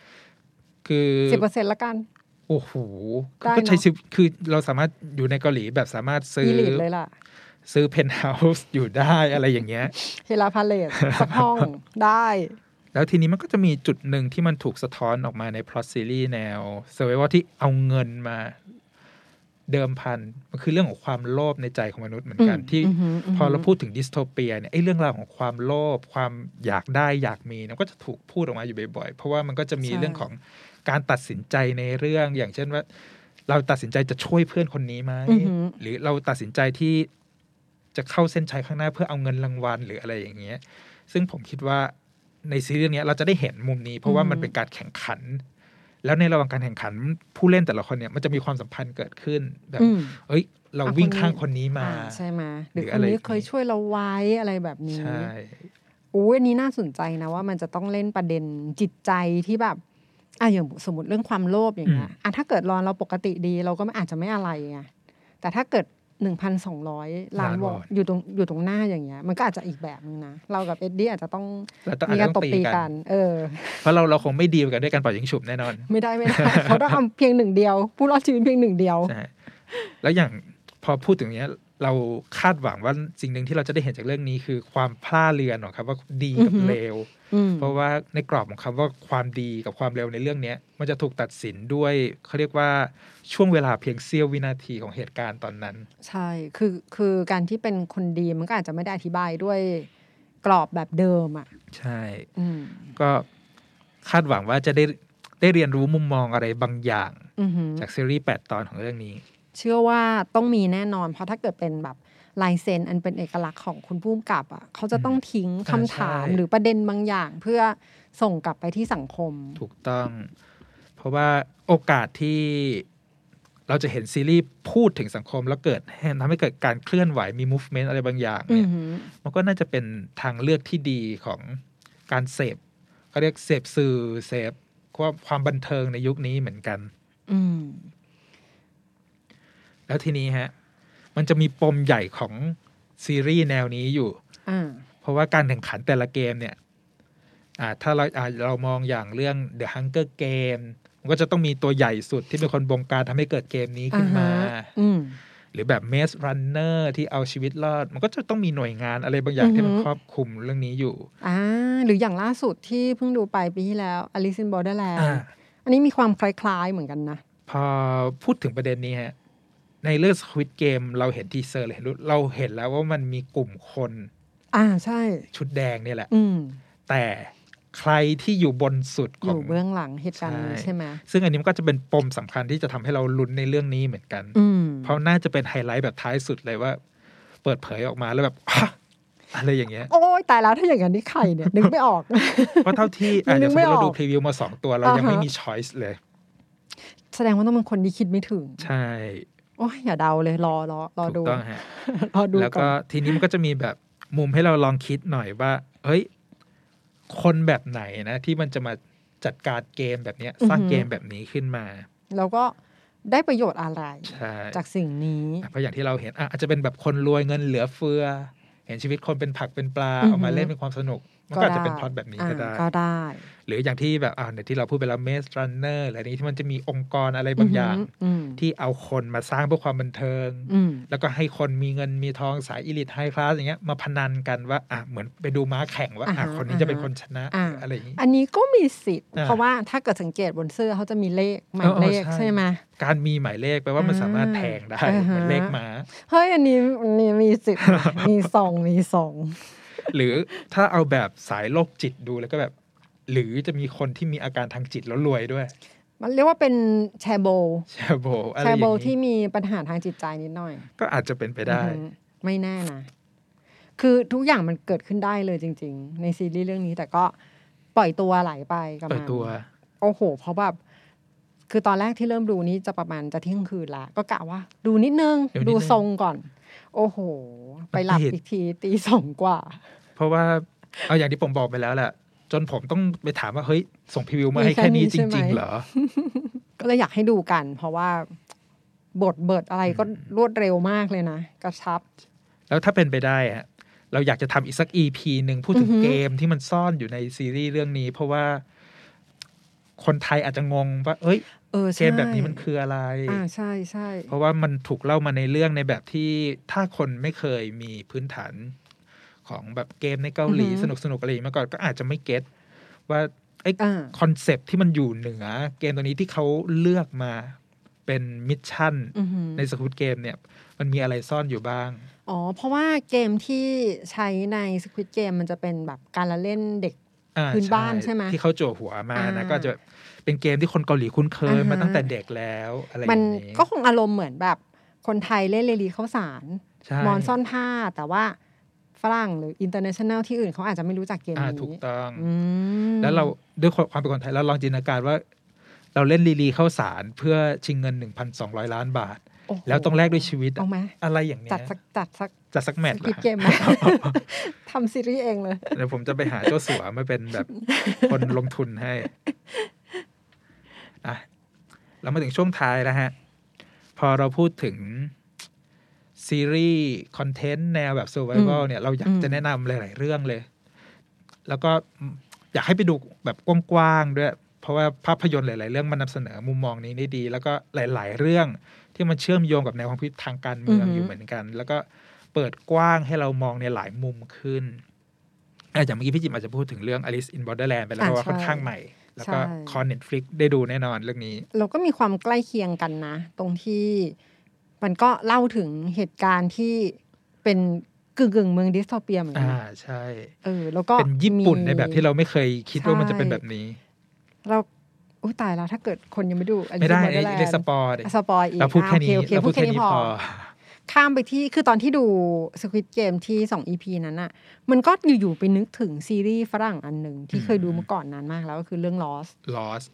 S2: คือ
S3: สิบเปอร์เซ็นละกัน
S2: โอ้โห
S3: ได้
S2: ก็ใช้
S3: เนอะ
S2: ชีวิตคือเราสามารถอยู่ในเกาหลีแบบสามารถซื้อ
S3: อีลิตเลยล่ะ
S2: ซื้อเพนท์เฮาส์อยู่ได้อะไรอย่างเงี้ย
S3: เฮลาพาเลต สัก ห้องได้
S2: แล้วทีนี้มันก็จะมีจุดหนึ่งที่มันถูกสะท้อนออกมาในพล็อตซีรีส์แนวเซอร์ไวว่าที่เอาเงินมาเดิมพัน มันคือเรื่องของความโลภในใจของมนุษย์เหมือนกันที่
S3: อืมอืมอืม
S2: พอเราพูดถึงดิสโทเปียเนี่ยไอ้เรื่องราวของความโลภความอยากได้อยากมีเนี่ยมันก็จะถูกพูดออกมาอยู่บ่อยๆ เพราะว่ามันก็จะมี
S3: ใช่
S2: เรื่องของการตัดสินใจในเรื่องอย่างเช่นว่า เราตัดสินใจจะช่วยเพื่อนคนนี้ไหม
S3: อือหือ
S2: หรือเราตัดสินใจที่จะเข้าเส้นชัยข้างหน้าเพื่อเอาเงินรางวัลหรืออะไรอย่างเงี้ย ซึ่งผมคิดว่าในซีรีส์เนี้ยเราจะได้เห็นมุมนี้ เพราะว่ามันเป็นการแข่งขัน แล้วในระหว่างการแข่งขันผู้เล่นแต่ละคนเนี่ยมันจะมีความสัมพันธ์เกิดขึ้นแบบ
S3: อืม
S2: เอ้ย เรา
S3: อ่ะ
S2: วิ่ง
S3: คนนี้
S2: ข้างคนนี้มา
S3: อ่าใช่ไหมยหรือ
S2: หรือ
S3: ค
S2: อะ
S3: น
S2: ไร
S3: นี้เคยช่วยเราไว้อะไรแบบนี้
S2: ใช่
S3: อู้อันนี้น่าสนใจนะว่ามันจะต้องเล่นประเด็นจิตใจที่แบบอ่ะอย่างสมมติเรื่องความโลภอย่างเงี้ยอ่ะถ้าเกิดรอนเราปกติดีเราก็ไม่อาจจะไม่อะไรไงแต่ถ้าเกิดหนึ่งพันสองร้อยล้าน
S2: ล้าน
S3: ว
S2: ว
S3: อ
S2: อน
S3: นอยู่ตรงอยู่ตรงหน้าอย่างเงี้ย มันก็อาจจะอีกแบบนึงนะเรากับเอ็ดดี้อาจจะต้อง
S2: เราต้องอา
S3: มี
S2: จ
S3: กา
S2: จะ
S3: ร
S2: ต้
S3: ต
S2: อบ ง
S3: ตี
S2: ตี
S3: กั
S2: กัน น
S3: เออ
S2: เพราะเราเราคงไม่ดีลกันด้วยการปล่อยยิงฉุบแน่นอน
S3: ไม่ได้ไม่ได้ เขาต้องเอาเพียงหนึ่งเดียว ผู้รอดชีวิตเพียงหนึ่งเดียว
S2: ใช่แล้วอย่างพอพูดถึงเนี้ย เราคาดหวังว่าสิ่งหนึ่งที่เราจะได้เห็นจากเรื่องนี้คือความพล่าเรือนของครับว่าดีกับ
S3: อือหือ
S2: เลว
S3: อืม
S2: เพราะว่าในกรอบของคำว่าความดีกับความเร็วในเรื่องเนี้ย มันจะถูกตัดสินด้วยเขาเรียกว่าช่วงเวลาเพียงเสี้ยววินาทีของเหตุการณ์ตอนนั้น
S3: ใช่ คือ คือการที่เป็นคนดีมันก็อาจจะไม่ได้อธิบายด้วยกรอบแบบเดิมอ่ะ
S2: ใช่
S3: อืม
S2: ก็คาดหวังว่าจะได้ได้เรียนรู้มุมมองอะไรบางอย่าง
S3: อือหือ
S2: จากซีรีส์8ตอนของเรื่องนี้
S3: เชื่อว่าต้องมีแน่นอน เพราะถ้าเกิดเป็นแบบลายเซ็นอันเป็นเอกลักษณ์ของคุณผู้กำกับอ่ะ เขาจะต้องทิ้งคำ
S2: อ่าใช่
S3: ถามหรือประเด็นบางอย่างเพื่อส่งกลับไปที่สังคม
S2: ถูกต้อง เพราะว่าโอกาสที่เราจะเห็นซีรีส์พูดถึงสังคม แล้วเกิดให้ทำให้เกิดการเคลื่อนไหวมี movement อะไรบางอย่าง
S3: อื
S2: เนี่
S3: อย หือ
S2: มันก็น่าจะเป็นทางเลือกที่ดีของการเสพเขาเรียกเสพสื่อเสพความความบันเทิงในยุคนี้เหมือนกัน
S3: อืม
S2: แล้วทีนี้ฮะ มันจะมีปมใหญ่ของซีรีส์แนวนี้อยู่
S3: อ่า
S2: เพราะว่าการแข่งขันแต่ละเกมเนี่ยอ่าถ้าเราอ่าเรามองอย่างเรื่อง The Hunger Game มันก็จะต้องมีตัวใหญ่สุดที่เป็นคนบงการทำให้เกิดเกมนี้ขึ้นมา
S3: อืม
S2: หรือแบบ Maze Runner ที่เอาชีวิตรอด มันก็จะต้องมีหน่วยงานอะไรบางอย่างที่มัน
S3: อือฮึ
S2: ครอบคลุมเรื่องนี้อยู่
S3: อ่าหรืออย่างล่าสุดที่เพิ่งดูไปปีที่แล้ว Alice in Borderland
S2: อ่า
S3: อันนี้มีความคล้ายๆเหมือนกันนะ
S2: พอพูดถึงประเด็นนี้ฮะ ในเรื่อง Squid Game เราเห็นทีเซอร์เลยเห็นรูปเราเห็นแล้วว่ามันมีกลุ่มคน
S3: อ่าใช่
S2: ชุดแดงเนี่ยแหละ
S3: อืม
S2: แต่ใครที่อยู่บนสุด
S3: อ
S2: ของ
S3: ยู่เบื้องหลังเหตุการณ์นี้
S2: ใช่
S3: ใช่ไหม
S2: ซึ่งอันนี้มันก็จะเป็นปมสำคัญที่จะทำให้เราลุ้นในเรื่องนี้เหมือนกัน
S3: อืม
S2: เพราะน่าจะเป็นไฮไลท์แบบท้ายสุดเลยว่า เปิดเผยออกมาแล้วแบบ อะอะไรอย่างเงี้ย
S3: โอ้ยตายแล้วถ้าอย่างนั้นนี่ใครเนี่ย นึกไม่ออก
S2: เพราะเท่าที่อ่ะ
S3: นึ
S2: เดี๋ย
S3: ก
S2: วสม
S3: ไม่
S2: มติเรา
S3: ออก
S2: ดูพรีวิวมาสองตัวเรา
S3: อ่ายั
S2: ยังไม่
S3: ฮะ
S2: มีช้อยส์เลย
S3: แสดงว่าต้องเป็นคนที่คิดไม่ถึง
S2: ใช่
S3: โอ้ยอย่าเดาเลยรอรอรอ
S2: ถู
S3: ดู
S2: กต้องฮะ
S3: รอดู
S2: แล้ว
S3: ก่อ
S2: ก็
S3: น
S2: ทีนี้มันก็จะมีแบบมุมให้เราลองคิดหน่อยว่า เฮ้ย คนแบบไหนนะ ที่มันจะมาจัดการเกมแบบเนี้ยสร้างเกมแบบนี้ขึ้นมา
S3: แล้วก็ได้ประโยชน์อะไร
S2: ใช่
S3: จากสิ่งนี้
S2: เพราะอย่างที่เราเห็นอ่ะอาจจะเป็นแบบคนรวยเงินเหลือเฟือ เห็นชีวิตคนเป็นผักเป็นปลา
S3: อือฮึ
S2: เอามาเล่นเป็นความสนุก มันก็อาจจะเป็นพล็อตแบบนี้ก็
S3: อ่า
S2: ได้
S3: ก็ได้
S2: หรืออย่างที่แบบอ่าในที่เราพูดไปแล้วเมสรันเนอร์อะไรนี้ที่มันจะมีองค์กรอะไรบางอย่าง
S3: อืม
S2: ที่เอาคนมาสร้างเพื่อความบันเทิง
S3: อืม
S2: แล้วก็ให้คนมีเงินมีทองสายอิลิทไฮคลาสอย่างเงี้ยมาพนันกันว่าอ่ะเหมือนไปดูม้าแข่งว่าอ่ะ
S3: าฮะ
S2: คนนี้จะเป็นคนชนะ
S3: อ่า
S2: อะไรอย่างงี้
S3: อันนี้ก็มีสิทธิ์
S2: อ่า
S3: เพราะว่าถ้าเกิดสังเกตบนเสื้อเขาจะมีเลขหมาย
S2: เออเออ
S3: เลข
S2: ใช่
S3: ใช่ไหม
S2: การมีหมายเลขแปลว่ามัน
S3: อ่า
S2: สามารถแทงได้
S3: อ่าฮะ
S2: เหมือนเลขม้า
S3: เฮ้ยอันนี้อันนี้มีสิทธิ์ มีสองมีสอง
S2: หรือถ้าเอาแบบสายโรคจิตดูแล้วก็แบบ หรือจะมีคนที่มีอาการทางจิตแล้วรวยด้วย
S3: มันเรียกว่าเป็นแชร์โบว์
S2: แชร์โบอะไร
S3: แช
S2: อ
S3: ร์
S2: ย่าง
S3: โบว์ที่
S2: งี้
S3: มีปัญหาทางจิตใจนิดหน่อย
S2: ก็อาจจะเป็นไปได้
S3: อือหือไม่แน่นะ คือทุกอย่างมันเกิดขึ้นได้เลยจริง ๆ ในซีรีส์เรื่องนี้ แต่ก็ปล่อยตัวไหลไปกับ
S2: เปิ
S3: มั
S2: ด
S3: น
S2: ตัว
S3: โอ้โห เพราะแบบคือตอนแรกที่เริ่มดูนี้จะประมาณจะเที่ยงคืนละก็กะว่า ดูนิดนึง
S2: ดูนิดนึง
S3: ดูทรงก่อน โอ้โห ไปหลับ
S2: มันติด
S3: อีกทีตีสองกว่า
S2: เพราะว่าเอาอย่างที่ผมบอกไปแล้วแหละจนผมต้องไปถามว่าเฮ้ยส่งพรีวิวมาให้แค่นี้จริง ๆ เหรอ
S3: ก็เลยอยากให้ดูกัน เพราะว่าบทเบิดอะไรก็รวดเร็วมากเลยนะ กระชับ
S2: แล้วถ้าเป็นไปได้ฮะเราอยากจะทำอีกสัก EP หนึ่งพูดถึง
S3: อือฮึ
S2: เกมที่มันซ่อนอยู่ในซีรีส์เรื่องนี้ เพราะว่าคนไทยอาจจะงงว่า เอ้ย
S3: เออใช่
S2: เกมแบบนี้มันคืออะไร
S3: อ่าใช่ใช่
S2: เพราะว่ามันถูกเล่ามาในเรื่องในแบบที่ถ้าคนไม่เคยมีพื้นฐานของแบบเกมในเกาหลีสนุกสนุกๆอะไรอย่างนี้มาก่อนก็อาจจะไม่เก็ตว่าไอ้
S3: อ่า
S2: คอนเซปต์ที่มันอยู่เหนือ เกมตัวนี้ที่เขาเลือกมาเป็นมิชชั่น
S3: อือฮึ
S2: ในสกุตเกมเนี่ย มันมีอะไรซ่อนอยู่บ้าง
S3: อ๋อ เพราะว่าเกมที่ใช้ใน Squid Game มันจะเป็นแบบการละเล่นเด็ก
S2: อ่
S3: พื้นบ้านใช่ไหม
S2: ที่เขาจั่วหัวมานะ
S3: อ่า
S2: ก็จะเป็นเกมที่คนเกาหลีคุ้นเคย
S3: อ่าฮะ
S2: มาตั้งแต่เด็กแล้วอะไรอ
S3: มั
S2: ย่างนี้
S3: ก็คงอารมณ์เหมือนแบบคนไทยเล่นเรลีเข้าวสาร
S2: ใช่
S3: หมอนซ่อนผ้า แต่ว่าฝรั่งหรืออินเตอร์เนชั่นแนลที่อื่นเขาอาจจะไม่รู้จักเกม
S2: อ่า
S3: นี้
S2: ถูกต้อง
S3: อืม
S2: แล้วเราด้วยความเป็นคนไทยเราลองจินตนาการว่า เราเล่นลีลีเข้าสารเพื่อชิงเงิน 1,200 ล้านบาท
S3: โอ้โห
S2: แล้วต้องแลกด้วยชีวิต
S3: เอาไหม
S2: อะไรอย่างเนี้
S3: จัด
S2: ย
S3: สักจัดสัก
S2: จัดสักแมตช์
S3: คิด
S2: ละ
S3: เกมไห ม ทำซีรีส์เองเลย
S2: เดี๋ยวผมจะไปหาเจ้าสัวมาเป็นแบบ คนลงทุนให้อ่ะเรามาถึงช่วงท้ายแล้วฮะ พอเราพูดถึงซีรีส์คอนเทนต์แนวแบบ Survival เนี่ยเราอยาก
S3: อืม
S2: จะแนะนำหลาย ๆ เรื่องเลย แล้วก็อยากให้ไปดูแบบกว้าง ๆ ด้วย เพราะว่าภาพยนตร์หลาย ๆ เรื่องมันนำเสนอมุมมองนี้ได้ดี แล้วก็หลาย ๆ เรื่องที่มันเชื่อมโยงกับแนวความคิดทางการเมืองอยู่เหมือนกัน แล้วก็เปิดกว้างให้เรามองในหลายมุมขึ้นอ่ะอย่างเมื่อกี้พี่จิมอาจจะพูดถึงเรื่อง Alice in Borderland ไปแล้วเพ
S3: อ่ะ
S2: ราะว่า
S3: ใช่
S2: ค่อนข้างใหม่ แล้วก็
S3: ใช่
S2: คอนเน็ตฟลิกได้ดูแน่นอนเรื่องนี้
S3: เราก็มีความใกล้เคียงกันนะ ตรงที่มันก็เล่าถึงเหตุการณ์ที่เป็นกึ่งกึ่งๆเมืองดิสโทเปียเหมือนกัน
S2: อ่า
S3: นะ
S2: ใช่
S3: เออแล้วก็
S2: เป็นญี่ปุ่น
S3: มี
S2: ในแบบที่เราไม่เคยคิดว่ามันจะเป็น
S3: ใช่
S2: แบบนี้
S3: เราอุ้ยตายแล้วถ้าเกิดคนยังไม่ดูอันนี้
S2: ไม่ได้
S3: ม่
S2: ไอ้เล็กสปอร์ต
S3: อ่ะสปอยอีก
S2: เราพูดแค่นี้
S3: อ่ะโอ
S2: เรา
S3: เพู
S2: พู
S3: ด
S2: ด
S3: แค่
S2: แค่
S3: นี้
S2: นี้
S3: พ
S2: พ
S3: อ
S2: อ
S3: ข้ามไปที่คือตอนที่ดู Squid Game ที่ 2 EP นั้นอะมันก็อยู่ๆไปนึกถึงซีรีส์ฝรั่งอันหนึ่งที่
S2: อืม
S3: เคยดูมาก่อนนานมากแล้วก็คือเรื่อง Lost
S2: Lost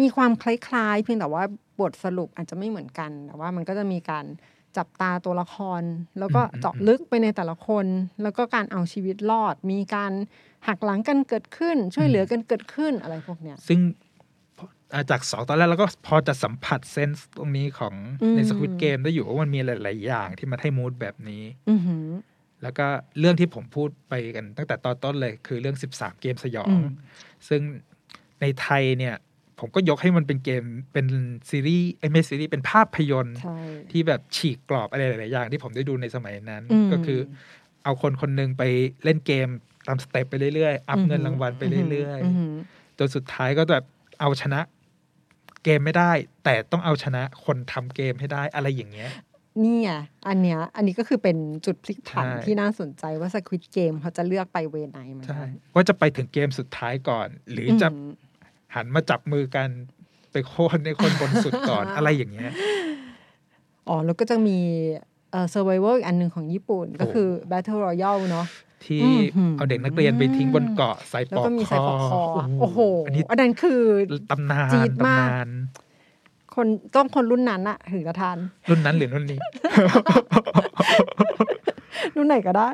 S3: มีความคล้ายๆ เพียงแต่ว่าบทสรุปอาจจะไม่เหมือนกัน แต่ว่ามันก็จะมีการจับตาตัวละคร แล้วก็
S2: อืมอืม
S3: เจาะลึกไปในแต่ละคน แล้วก็การเอาชีวิตรอด มีการหักหลังกันเกิดขึ้น ช่วยเหลือกันเกิดขึ้นอะไรพวกเนี้ย
S2: ซึ่งอ่าจากสองตอนแรกเราก็พอจะสัมผัสเซนส์ตรงนี้ของ
S3: อืม
S2: ในสควิตเกมได้อยู่ว่ามันมีหลาย ๆ อย่างที่มันให้มูดแบบนี้
S3: อือหือ
S2: แล้วก็เรื่องที่ผมพูดไปกันตั้งแต่ตอนต้นเลย คือเรื่อง 13 เกมสยอ
S3: อื
S2: ง
S3: ม
S2: ซึ่งในไทยเนี่ย ผ ผมก็ยกให้มันเป็นเกมเป็นซีรีส์ไอ้ยไม่ซีรีส์เป็นภาพยนตร์
S3: ใช่
S2: ที่แบบฉีกกรอบอะไรหลาย ๆ อย่างที่ผมได้ดูในสมัยนั้น
S3: อืม
S2: ก็คือเอาคนคนหนึงไปเล่นเกมตามสเต็ปไปเรื่อย ๆ อัพเงิน
S3: อือฮึ
S2: รางวัลไปเรื่อย
S3: อือหือ
S2: ๆ จนสุดท้ายก็แบบเอาชนะเกมไม่ได้ แต่ต้องเอาชนะคนทำเกมให้ได้อะไรอย่างเงี้ย
S3: นี่ไงอันเนี้ยอันนี้ก็คือเป็นจุดพลิกผัน
S2: ใช่
S3: ที่น่าสนใจว่าสควิตเกมเขาจะเลือกไปเวไหนเหมือน
S2: ใช่
S3: กัน
S2: ว่าจะไปถึงเกมสุดท้ายก่อน หรือ
S3: อืม
S2: จะหันมาจับมือกันไปโค่นในคนบนสุดก่อน อะไรอย่างเงี้ย
S3: อ๋อ แล้วก็จะมีเอ่อ survivor อีกอันหนึ่งของญี่ปุ่นก็คือ battle royale เนาะ
S2: ที่
S3: อื้อหือ
S2: เอาเด็กนักเรียนไปทิ้งบนเกาะใส่
S3: แล้
S2: ป
S3: ว
S2: อก
S3: ก็มี
S2: ค
S3: ใส่
S2: อ
S3: ปอกคอโอ้โห
S2: อันนี้
S3: อันนั้นคือ
S2: ตำนาน
S3: จี๊ดมาก
S2: ตำนาน
S3: คนต้องคนรุ่นนั้นอะถึงจะทาน
S2: รุ่นนั้นหรือรุ่นนี้
S3: รุ่นไหนก็ได้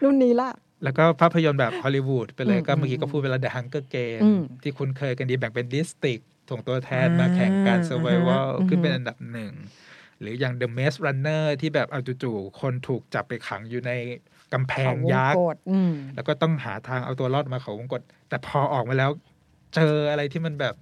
S3: รุ่นนี้ละ
S2: แล้วก็ภาพยนตร์แบบฮอลลีวูดไปเลย
S3: อืม
S2: ก็เมื่อกี้ก็พูดไปแล้ว The Hunger Game
S3: อืม
S2: ที่คุณเคยกันดีแบ่งเป็นดิสติกถ่วงตัวแทน
S3: อ่าม
S2: มาแข่งการ
S3: อ่า
S2: Survival
S3: อือฮึ
S2: ขึ้นเป็นอันดับหนึ่ง หรืออย่าง The Maze Runner ที่แบบเอาจู่ๆคนถูกจับไปขังอยู่ในกำแพ
S3: ของงวง
S2: ยัก
S3: ก
S2: ษ์
S3: ดอืม
S2: แล้วก็ต้องหาทางเอาตัวรอดมาเขาวงกฏแต่พอออกมาแล้ว เจออะไรที่มันแบบ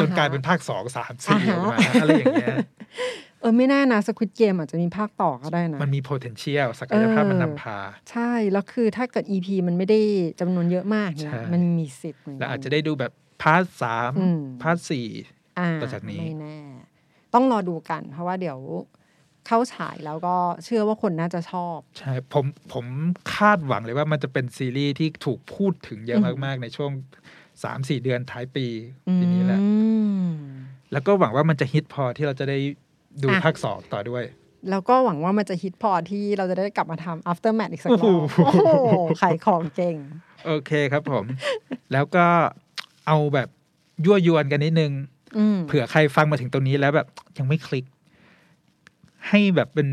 S2: จนกลายเป็นภาคสองสามสี่ออก
S3: อ่าฮะ
S2: มาอะไรอย่างเงี้ย
S3: เออ ไม่แน่นะสควิตเกมอาจจะมีภาคต่อก็ได้นะ
S2: มันมี potential ศักยภาพมันนำพา
S3: ใช่ แล้วคือถ้าเกิด EP มันไม่ได้จำนวนเยอะมากเนี่ย
S2: ใช่
S3: มันมีสิทธิ์เหมืนกัน
S2: แล้วอาจจะได้ดูแบบพาร์ทสาม
S3: อืม
S2: พาร์ทสี่
S3: อ่า
S2: ต่อจากนี้
S3: ไม่แน่ ต้องรอดูกัน เพราะว่าเดี๋ยวเข้าฉายแล้วก็เชื่อว่าคนน่าจะชอบ
S2: ใช่ผมผมคาดหวังเลยว่ามันจะเป็นซีรีส์ที่ถูกพูดถึงเยอะมาก ๆ ในช่วง 3 4 เดือนท้ายปีปีนี้แหละ
S3: อืม
S2: แล้วก็หวังว่ามันจะฮิตพอที่เราจะได้ดู
S3: อ่ะ
S2: ภาคสองต่อด้วย
S3: แล้วก็หวังว่ามันจะฮิตพอที่เราจะได้กลับมาทำ after match อีกสักรอบ
S2: โอ้
S3: โอ้
S2: โห
S3: โหขายของเก่ง
S2: โอเคครับผม แล้วก็เอาแบบยั่วยวนกันนิดนึง
S3: อืม
S2: เผื่อใครฟังมาถึงตรงนี้แล้วแบบยังไม่คลิก ให้แบบเป็น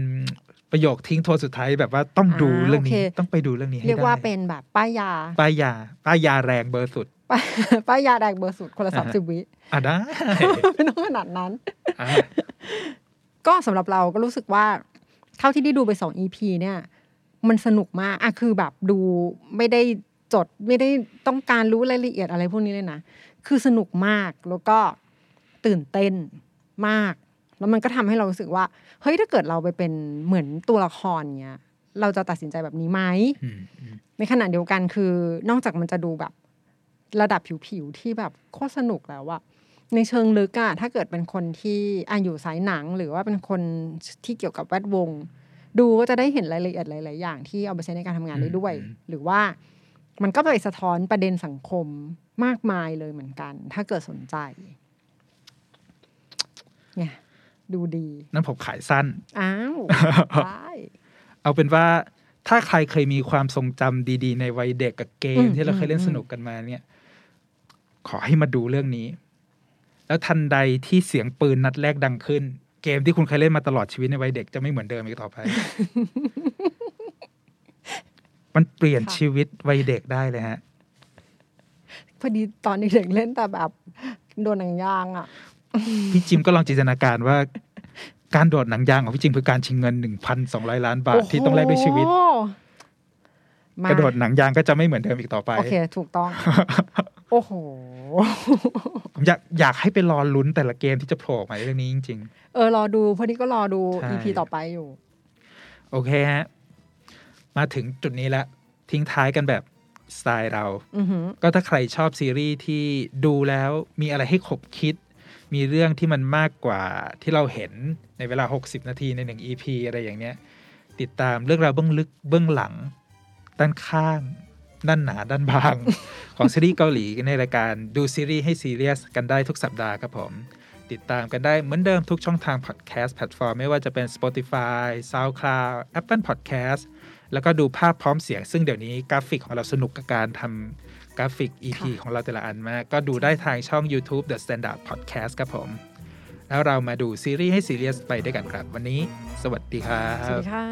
S2: ประโยคทิ้งทวนสุดท้ายแบบว่าต้องดู
S3: อ่า
S2: เรื่อง
S3: โอ
S2: นี้
S3: เค
S2: ต้องไปดูเรื่องนี้ให้
S3: เรียกว่า
S2: ได้
S3: เป็นแบบป้ายยา
S2: ป้ายยาป้ายยาแรงเบอร์สุด
S3: ป้ายป้ายยาแดกเบอร์สุดคนละ
S2: อ่า
S3: สาม
S2: ฮะ
S3: สิบวิ
S2: อ่ะ ได้
S3: ไม่ต้องขนาดนั้น
S2: อ่ะ
S3: ก็สำหรับเราก็รู้สึกว่า เท่าที่ได้ดูไปสอง EP เนี่ย มันสนุกมากอะคือแบบดูไม่ได้จดไม่ได้ต้องการรู้รายละเอียดอะไรพวกนี้เลยนะ คือสนุกมากแล้วก็ตื่นเต้นมาก แล้วมันก็ทำให้เรารู้สึกว่า เฮ้ยถ้าเกิดเราไปเป็นเหมือนตัวละครเนี้ยเราจะตัดสินใจแบบนี้ไหม
S2: อืมอืม
S3: ในขณะเดียวกันคือนอกจากมันจะดูแบบระดับผิวๆที่แบบโคตรสนุกแล้วอะในเชิงลึกอะถ้าเกิดเป็นคนที่อะอยู่สายหนัง หรือว่าเป็นคนที่เกี่ยวกับแวดวง ดูก็จะได้เห็นรายละเอียดหลายๆอย่างที่เอาไปใช้ในการทำงานได้ด้วย
S2: อืม
S3: หรือว่ามันก็ไปสะท้อนประเด็นสังคมมากมายเลยเหมือนกัน ถ้าเกิดสนใจเนี่ยดูดี
S2: นั่นผมขายสั้น
S3: อ้าวได้
S2: เอาเป็นว่าถ้าใครเคยมีความทรงจำดีๆ ในวัยเด็กกับเกมที่เราเคยเล่นสนุกกันมาเนี่ย ขอให้มาดูเรื่องนี้ แล้วทันใดที่เสียงปืนนัดแรกดังขึ้น เกมที่คุณเคยเล่นมาตลอดชีวิตในวัยเด็กจะไม่เหมือนเดิมอีกต่อ ไป มันเปลี่ยนชีวิตวัยเด็กได้เลยฮะ
S3: พอดีตอนเด็กๆเล่นแต่แบบโดนหนังยางอะ
S2: พี่จิมก็ลองจินตนาการว่า การโดดหนังยางของพี่จิมคือการชิงเงินหนึ่งพันสองร้อยล้านบาทที่ต้องแลกด้วยชีวิต
S3: โอ้โหมาก
S2: ระโดดหนังยางก็จะไม่เหมือนเดิมอีกต่อไป
S3: โอเค ถูก ต้อง โอ้โห
S2: ผมอยากอยากให้ไปรอลุ้นแต่ละเกมที่จะโผล่ออกมาในเรื่องนี้จริง
S3: เออ รอดูพอดีก็รอดู
S2: ใช่
S3: EP ต่อไปอยู่
S2: ๆ โอเคฮะ มาถึงจุดนี้แล้ว ทิ้งท้ายกันแบบสไตล์เรา
S3: อือหือ
S2: ก็ถ้าใครชอบซีรีส์ที่ดูแล้วมีอะไรให้ขบคิด มีเรื่องที่มันมากกว่าที่เราเห็นในเวลา 60 นาทีใน 1 EP อะไรอย่างเนี้ย ติดตามเรื่องราวเบื้องลึกเบื้องหลัง ด้านข้าง ด้านหนาด้านบาง ของซีรีส์เกาหลีในรายการดูซีรีส์ให้ซีเรียสกันได้ทุกสัปดาห์ครับผม ติดตามกันได้เหมือนเดิมทุกช่องทางพอดแคสต์แพลตฟอร์ม ไม่ว่าจะเป็น Spotify, SoundCloud, Apple Podcast แล้วก็ดูภาพพร้อมเสียง ซึ่งเดี๋ยวนี้กราฟิกของเราสนุกกับการทำกราฟิก EP
S3: ค่ะ
S2: ของเราแต่ละอันมาก ก็ดูได้ทางช่อง YouTube The Standard Podcast ครับผม แล้วเรามาดูซีรีส์ให้ซีเรียสไปด้วยกันครับ วันนี้ สวัสดีครั
S3: สวัส
S2: บ
S3: ดีค่ะ